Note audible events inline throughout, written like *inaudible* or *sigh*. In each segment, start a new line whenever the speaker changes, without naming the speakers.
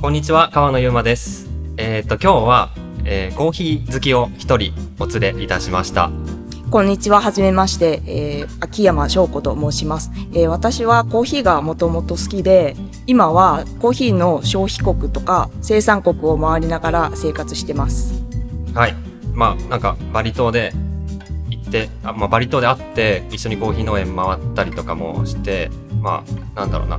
こんにちは川野ゆうまですえっ、と今日は、えーコーヒー好きを一人お連れいたしました
こんにちは、はじめまして、えー秋山翔子と申します、えー私はコーヒーがもともと好きで、今はコーヒーの消費国とか生産国を回りながら生活してます。
はいまあなんかバリ島で行ってあ、まあ、バリ島で会って一緒にコーヒー農園回ったりとかもしてまあなんだろうな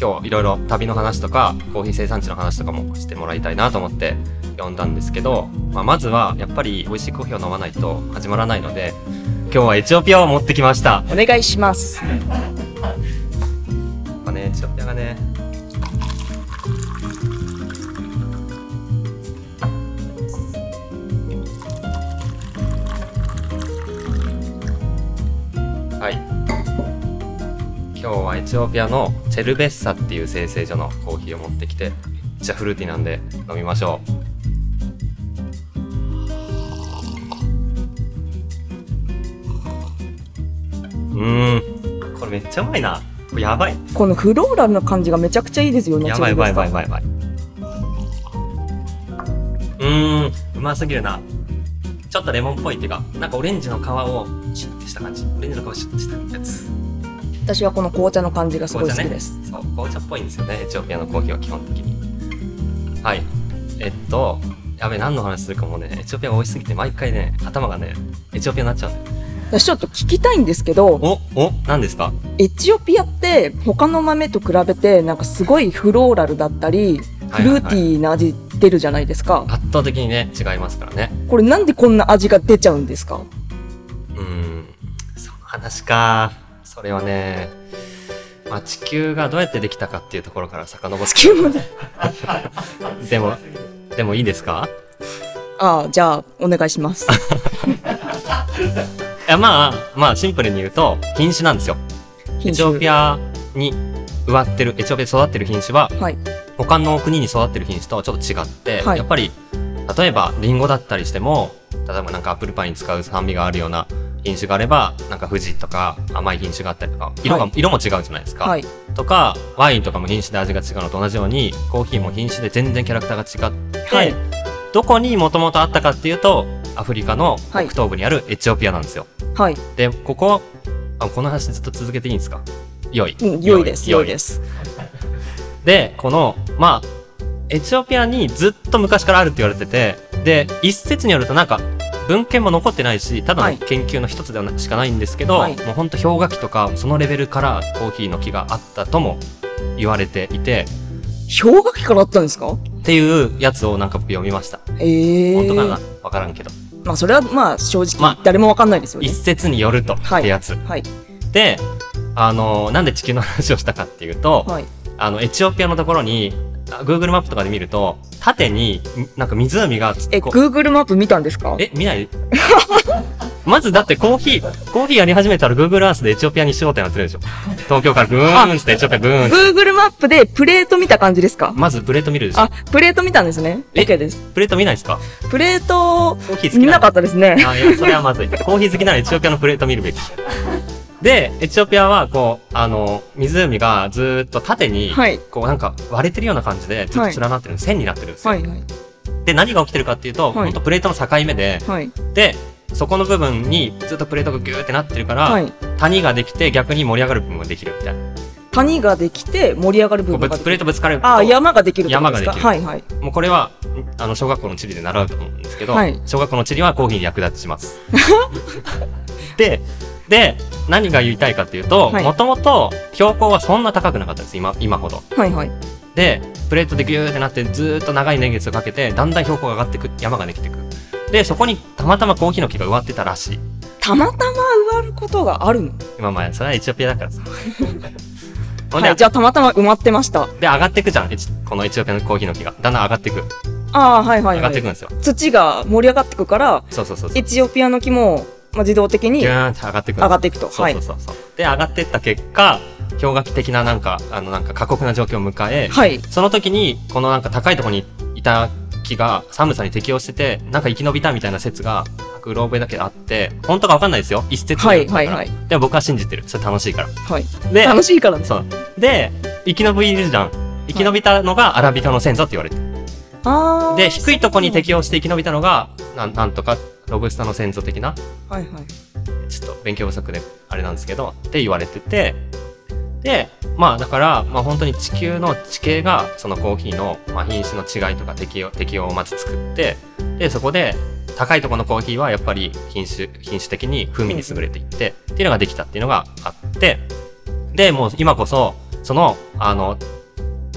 今日いろいろ旅の話とかコーヒー生産地の話とかもしてもらいたいなと思って呼んだんですけど、まあ、まずはやっぱり美味しいコーヒーを飲まないと始まらないので今日はエチオピアを持ってきました
お願いします。
まあね、エチオピアがね。はい。今日はエチオピアのチェルベッサっていう生成所のコーヒーを持ってきて、めっちゃフルーティーなんで飲みましょう。うーん、これめっちゃうまいな。これやばい。
このフローラルな感じがめちゃくちゃいいですよね。
やばいや
チェ
ばい
リ
や
ーベ
ばい
ス
やばいやばい。うーん、うますぎるな。ちょっとレモンっぽいっていうか、なんかオレンジの皮をシュッてした感じ。オレンジの皮シュッてしたやつ。
タ私はこの紅茶の感じがすごい好きです。
そう、紅茶っぽいんですよね。エチオピアのコーヒーは基本的に。はい。えっと、やべえ、何の話するかもうね、エチオピアが美味しすぎて、毎回ね、頭がね、エチオピアになっちゃうんだよ。
私ちょっと聞きたいんですけど、
お、お、何ですか
エチオピアって他の豆と比べてなんかすごいフローラルだったり、フルーテ
はいはいはい
ィーな味出るじゃないですか。
圧倒的にね、違いますからね。
これなんでこんな味が出ちゃうんで
*laughs*
すか
うーん、その話か。それはね、まあ、地球がどうやってできたかっていうところから遡っ
地球まで
て、でも、でもいいですか
ああ、じゃあ、お願いします。
いや、まあ、まあ、シンプルに言うと、品種なんですよ。 *laughs* エチオピ
ア。
アに植わってる、エチオピアで育ってる品種は、
はい。
他の国に育ってる品種とはちょっと違って、
はい
やっぱり例えばリンゴだったりしても例えばなんかアップルパイに使う酸味があるような品種があればなんか富士とか甘い品種があったりとか色が、
はい
色も違うじゃないですか、
はい。
とかワインとかも品種で味が違うのと同じようにコーヒーも品種で全然キャラクターが違って、
はい
どこにもともとあったかっていうとアフリカの
は
北
い
東部にあるエチオピアなんですよ。
はい。
でここあこの話ずっと続けていいんですか良い、
うん、良いです。良いですす。
でこのまあエチオピアにずっと昔からあるって言われててで一説によるとなんか文献も残ってないしただ
はい
の研究の一つではなしかないんですけど、
はい
もうほんと氷河期とかそのレベルからコーヒーの木があったとも言われていて
氷河期からあったんですか
っていうやつをなんか僕読みました
ええ
本当かな分からんけど、
まあ、それはまあ、正
ま
直、誰もわかんないですよね
一。説によると
はい
ってやつ、
はい。
であのなんで地球の話をしたかっていうと、
はい。
あのエチオピアのところにあ Google マップとかで見ると縦になんか湖が
え、
こう
Google マップ見たんですか
え、見ない *laughs* まずだってコーヒー、コーヒーやり始めたら Google Earth でエチオピアにしようってなってるでしょ。東京からブーンってエチオピアブーンって。
?Google マップでプレート見た感じですか
まずプレート見るでしょ
あ。、プレート見たんですね。
え
OK です。
プレート見ないですか
プレート、
コーヒー好き
見
な
な
の
かったですね。
あ、いや、それはまずい。コーヒー好きならエチオピアのプレート見るべき。で、エチオピアはこう、あの、湖がずーっと縦に、
はい
こうなんか割れてるような感じでずっと連なってる、線になってるんですよ。
はい、はい。
で、何が起きてるかっていうと、
はい
ほんとプレートの境目で、
はい。
で、そこの部分にずっとプレートがギューってなってるから、
はい。
谷ができて逆に盛り上がる部分ができるみたいな。
谷ができて、盛り上がる部
こうぶ
分が
つプ
でき
レ
る。
ートぶつかると
あ、山ができるってことすか
山が
はい、はい。
もうこれはあの小学校の地理で習うと思うんですけど、
はい
小学校の地理はコーヒーに役立ち
*laughs*
ます。でで何が言いたいかっていうと
はい
もともと標高はそんな高くなかったです今今ほど。
はい、はい。
でプレートでギューってなってずーっと長い年月をかけてだんだん標高が上がってく山ができてく。でそこにたまたまコーヒーの木が植わってたらしい。
たまたま植わることがあるの
今まあそれはエチオピアだから
*laughs*
さ。ほんで,、
はい、じゃあたまたま埋まってました。
で上がってくじゃんエチこのエチオピアのコーヒーの木がだんだん上がってく
ああ、はいはい
上が
は
ってくん
い。
ですよ。
土が盛り上がってくから、
そうそうそうそう
エチオピアの木も、まあ、自動的に
ギュ
上
ーンって上がってくる
がっていくと。
そ
は
う
い
そう。そうそう、で上がってった結果氷河期的ななんかあのなんか過酷な状況を迎え、
はい。
その時にこのなんか高いところにいた木が寒さに適応しててなんか生き延びたみたいな説がなんかうろ覚えだけどあって本当かわかんないですよ一説
は
によ
い
るから、
はいはい。
でも僕は信じてるそれ楽しいから
はい。
で
楽しいからです。
そうで生き延びるじゃん生き延びたのがアラビカの先祖って言われてる
あー
で低いとこに適応して生き延びたのがなんなんとかロブスタの先祖的な
はいはい
ちょっと勉強不足であれなんですけどって言われててでまあだから、まあ、本当に地球の地形がそのコーヒーの、まあ、品種の違いとか適応適応をまず作ってでそこで高いところのコーヒーはやっぱり品種品種的に風味に優れていってっていうのができたっていうのがあってでもう今こそそのあの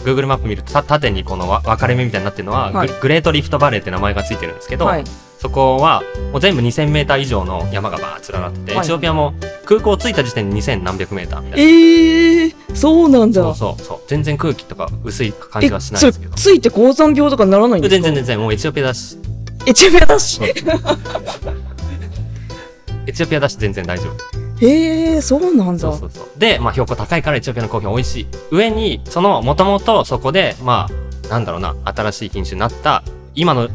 Google マップ見るとた縦にこのわ分かれ目みたいになってるのは、
はい
ググレートリフトバレーって名前がついてるんですけど、
はい
そこはもう全部 2000m 以上の山がバーッと連なってて、
はい
エチオピアも空港着いた時点で2000何百メーターみたいな。
えー、そうなんだ
そうそうそう全然空気とか薄い感じはしないん
え
で
そ
すけ
れ
ど
ついて高山病とかにならないんですか
全然全然もうエチオピアだし
エチオピアだし
そうエチオピアだし全然大丈夫
へえそうなんだ
そうそうそうで、まあ、標高高いからエチオピアのコーヒーは美味しい上にそのもともとそこでまあなんだろうな新しい品種になった今の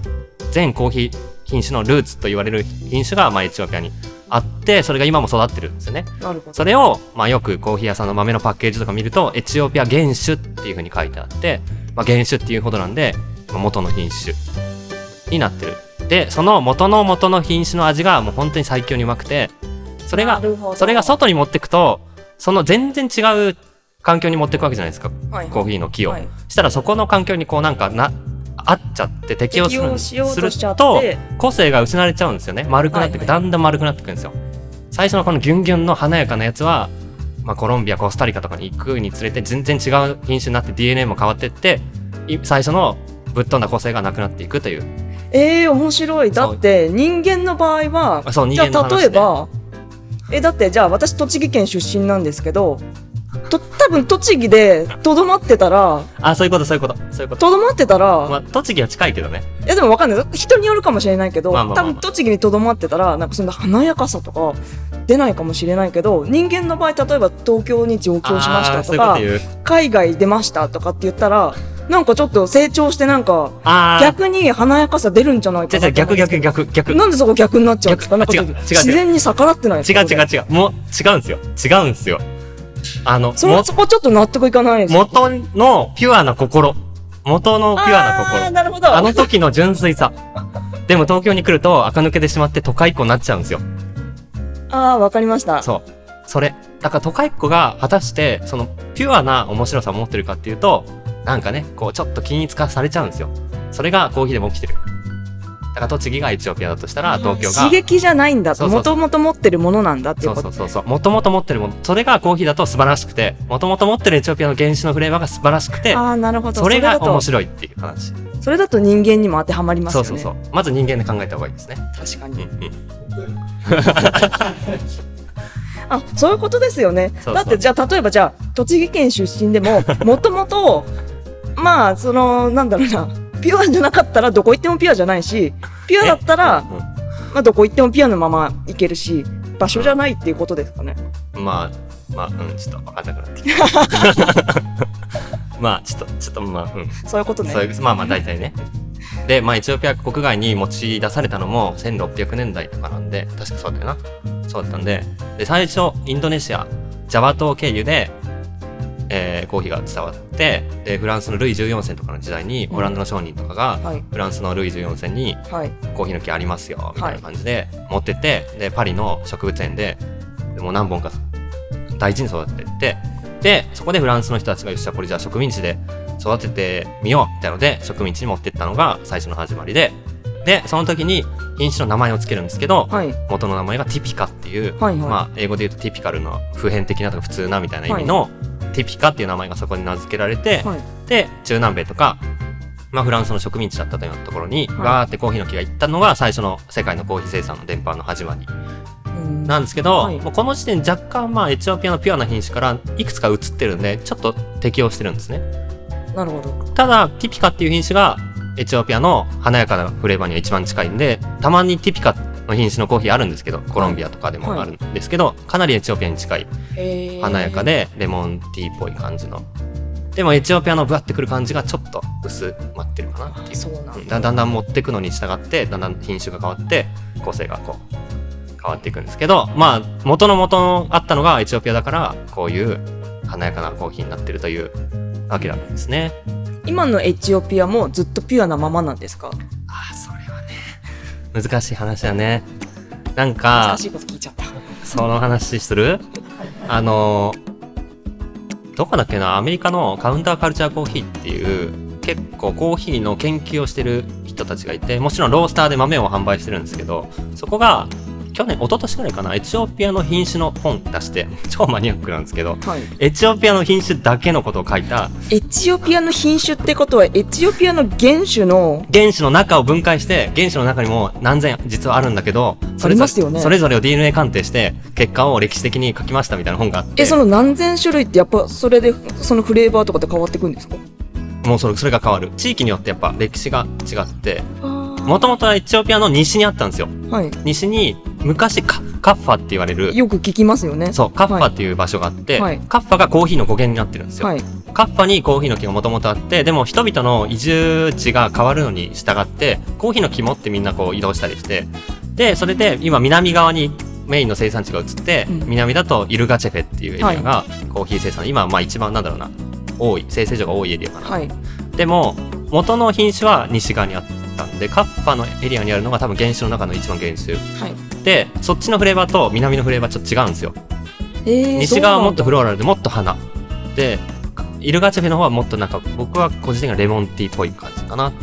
全コーヒー品種のルーツと言われる品種が、まあ、エチオピアにあってそれが今も育ってるんですよね
なるほど
それを、まあ、よくコーヒー屋さんの豆のパッケージとか見るとエチオピア原種っていうふうに書いてあって、まあ、原種っていうほどなんで、まあ元の品種になってるでその元の元の品種の味がもう本当に最強にうまくてそれがそれが外に持ってくとその全然違う環境に持ってくわけじゃないですか
はい
コーヒーの木を、
はい
したらそこの環境にこうなんかな合っちゃって適応す
適
る
応しよう
す
と
る
しちゃっ
と
て
個性が失われちゃうんですよね丸くなってく、
はいは
だんだん丸くなってくんですよ最初のこのギュンギュンの華やかなやつは、まあ、コロンビアコスタリカとかに行くにつれて全然違う品種になって DNA も変わってってい最初のぶっ飛んだ個性がなくなっていくという
ええー、面白いだって人間の場合は
あそう
じ
人
ゃ
間の
あ
話、ね、
例えばえだってじゃあ私栃木県出身なんですけどと多分栃木でとどまってたら
あそういうことそういうことそういうこと、
とどまってたら、
まあ、栃木は近いけどね
いやでもわかんない人によるかもしれないけど、
まあまあまあまあ
多分栃木にとどまってたらなんかそんな華やかさとか出ないかもしれないけど人間の場合例えば東京に上京しました
あーそう
と
いうこ
か
と言う
海外出ましたとかって言ったらなんかちょっと成長してなんか
ああ
逆に華やかさ出るんじゃないか
違う
な
違う逆逆
逆
逆逆違う
なんでそこ逆になっちゃうんですかなんか
逆
ち
あ
ょっ
違
と
う違う違う
自然に逆らってないですか
違う違うもう違うんですよ違うんですよあの
そ
も
れそこちょっと納得いかないです
元のピュアな心元のピュアな心
あーなるほど
あの時の純粋さ。でも東京に来ると垢抜けてしまって都会っ子になっちゃうんですよ。
ああわかりました
そう。それ。だから都会っ子が果たしてそのピュアな面白さを持ってるかっていうと、なんかね、こうちょっと均一化されちゃうんですよ。それがコーヒーでも起きてる。だから栃木がエチオピアだとしたら東京
刺
が。
激じゃないんだ
そ
と
うそ
も
うそ
ともと持ってるものなんだってい
そうう
こと
そうそうそう。もともと持ってるもの。それがコーヒーだと素晴らしくて、もともと持ってるエチオピアの原種のフレーバーが素晴らしくて、
ああなるほど
それ
だ
が
と
面白いっていう話。
それだと人間にも当てはまります
そ
よ
う
ね。
そうそう。まず人間で考えた方がいいですね。
確か
うんう
に。
ん。
あ、そういうことですよね。
そうそう
だってじゃあ例えばじゃあ栃木県出身
*laughs*
でももともとまあそのなんだろうなピュアじゃなかったらどこ行ってもピュアじゃないし、ピュアだったら
うんうん
まあどこ行ってもピュアのまま行けるし。場所じゃないっていうことですかね。
まあ、まあ、うん、ちょっと分かんなくなってき
*laughs*
た。 *laughs* まあ、ちょっと、ちょっと、まあ、うん。
そういうことね
そう。いう、まあまあ、大体ね。で、まあ、エチオピア国外に持ち出されたのも1600年代とかなんで、確かそうだよな。そうだったんで、で、最初、インドネシア、ジャワ島経由で、えーコーヒーが伝わって、で、フランスのルイ14世とかの時代に、オランダの商人とかが、
はい
フランスのルイ14世に、
はい。
コーヒーの木ありますよみたいな感じで持ってって、でパリの植物園ででもう何本か大事に育ててってでそこでフランスの人たちがよっしゃこれじゃあ植民地で育ててみようみたいので植民地に持ってったのが最初の始まりででその時に品種の名前を付けるんですけど、
はい
元の名前がティピカっていう、
はいはい
まあ、英語で言うとティピカルの普遍的なとか普通なみたいな意味の、ティピカっていう名前がそこに名付けられて、
はい
で中南米とか、まあ、フランスの植民地だったというようなところに、
はい
わーってコーヒーの木が行ったのが最初の世界のコーヒー生産の伝播の始まり
うん
なんですけど、
はい
もうこの時点若干まあエチオピアのピュアな品種からいくつか移ってるんでちょっと適応してるんですね
なるほど。
ただティピカっていう品種がエチオピアの華やかなフレーバーには一番近いんでたまにティピカの品種のコーヒーあるんですけどコロンビアとかでもあるんですけど、かなりエチオピアに近い
へー
華やか。でレモンティーっぽい感じのでもエチオピアのブワってくる感じがちょっと薄まってるかなっていう
そうなんだ
うんだだんだん持ってくのに従ってだんだん品種が変わって個性がこう変わっていくんですけどまあ元の元のあったのがエチオピアだからこういう華やかなコーヒーになってるというアキラですね。
今のエチオピアもずっとピュアなままなんですか
ああ、それはね、難しい話だね。なん
難
か、
しいこと聞いちゃった
その話するあの、どこだっけな、アメリカのカウンターカルチャーコーヒーっていう、結構コーヒーの研究をしてる人たちがいて、もちろんロースターで豆を販売してるんですけど、そこが、去年、一昨年くらいかな、エチオピアの品種の本出して、 *laughs* 超マニアックなんですけど、
はい
エチオピアの品種だけのことを書いた
エチオピアの品種ってことはエチオピアの原種の
原子の中を分解して原子の中にも何千実はあるんだけどそれぞ
あり
れ
ますよね
それぞれを DNA 鑑定して結果を歴史的に書きましたみたいな本があって
えその何千種類ってやっぱそれでそのフレーバーとかって変わってくんですか
もうそれそれが変わる地域によってやっぱ歴史が違っても
も
ともとはエチオピアの西にあったんですよ
はい
西に昔カカッファって言われる
よく聞きますよね
そうカッファっていう場所があって、
はい
カッファがコーヒーの語源になってるんですよ、
はい
カッファにコーヒーの木がもともとあってでも人々の移住地が変わるのに従ってコーヒーの木持ってみんなこう移動したりしてでそれで今南側にメインの生産地が移って、
うん
南だとイルガチェフェっていうエリアがコーヒー生産、今はまあ一番なんだろうな多い生成所が多いエリアかな、
はい
でも元の品種は西側にあったんでカッファのエリアにあるのが多分原種の中の一番原種
はい
でそっちのフレーバーと南のフレーバーちょっと違うんですよ
えー
西側はもっとフ
そう
ローラルでもっと花でイルガチェフェの方はもっとなんか僕は個人的にはレモンティーっぽい感じかな
なんだ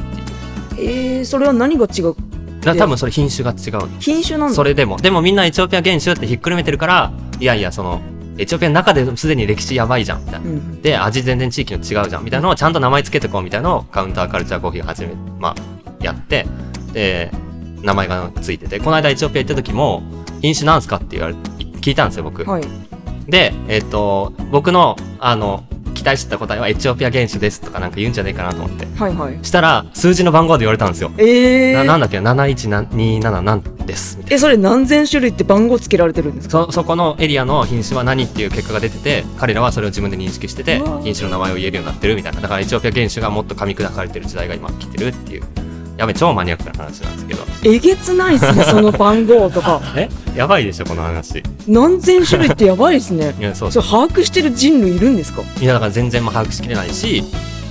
えーそれは何が違う
だ多分それ品種が違う
品種なん
そ
だ
れでもでもみんなエチオピア原種ってひっくるめてるからいやいやそのエチオピアの中ですでに歴史やばいじゃんみたいな
うん
で味全然地域の違うじゃんみたいなのをちゃんと名前つけてこうみたいなのをカウンターカルチャーコーヒーが始めまあやってで名前がついててこの間エチオピア行った時も品種なんすかって言われ聞いたんですよ僕、
はい
で、えっ、と、僕の、あの、期待してた答えはエチオピア原種ですとかなんか言うんじゃねえかなと思って。
はいはい
したら、数字の番号で言われたんですよ。
え
な
ー
なんだっけ、71277なんです。みたい
えそれ何千種類って番号つけられてるんです
な
か
そ、そこのエリアの品種は何っていう結果が出てて、彼らはそれを自分で認識してて
うわ、
品種の名前を言えるようになってるみたいな。だからエチオピア原種がもっと噛み砕かれてる時代が今来てるっていう。やべ、超マニアックな話なんですけど。
えげつないで
*laughs*
すねその番号とか
えやばいでしょ、この話。い
何千種類ってやばいですね
や、そう
それ把握してる人類いるんですか
いやだから全然もう把握しきれないし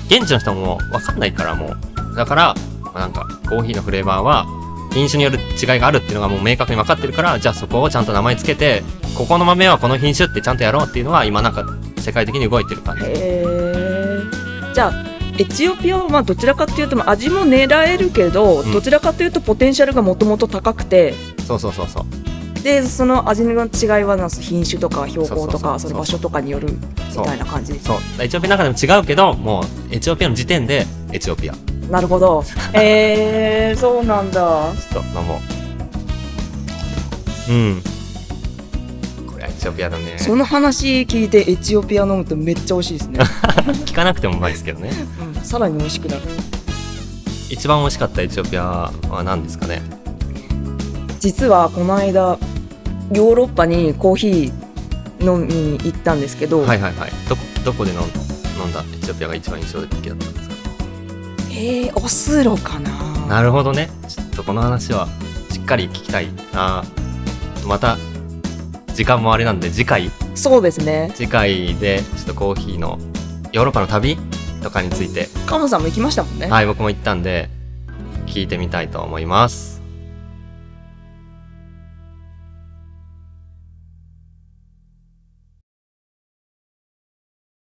現地の人も分かんないからもうだからまあなんかコーヒーのフレーバーは品種による違いがあるっていうのがもう明確に分かってるからじゃあそこをちゃんと名前つけてここの豆はこの品種ってちゃんとやろうっていうのは今なんか世界的に動いてる感じ
へえじゃあエチオピアはまあどちらかというとまあ味も狙えるけど、
うん
どちらかというとポテンシャルがもともと高くて
そうそうそうそう
でその味の違いはなんか品種とか標高
そそう
とかそう
そうそう
の場所とかによるみ
そう
たいな感じ
そうだからエチオピアの中でも違うけどもうエチオピアの時点でエチオピアちょ
なるほどえー、そうなんだ
っと飲もううんこれエチオピアだね
その話聞いてエチオピア飲むとめっちゃ美味しいですね、
聞かなくてもうまいですけどね
うんさらに美味しくなる
*laughs* 一番美味しかったエチオピアは何ですかね
実はこの間ヨーロッパにコーヒー飲みに行ったんですけど、
はいはいはい。どこどこで飲ん飲んだエチオピアが一番印象的だったんですか。
えー、オスロかな
なるほどね。ちょっとこの話はしっかり聞きたいな。また時間もあれなんで次回
そうですね
次回でちょっとコーヒーのヨーロッパの旅とかについて、
カモさんも行きましたもんね
はい僕も行ったんで聞いてみたいと思います。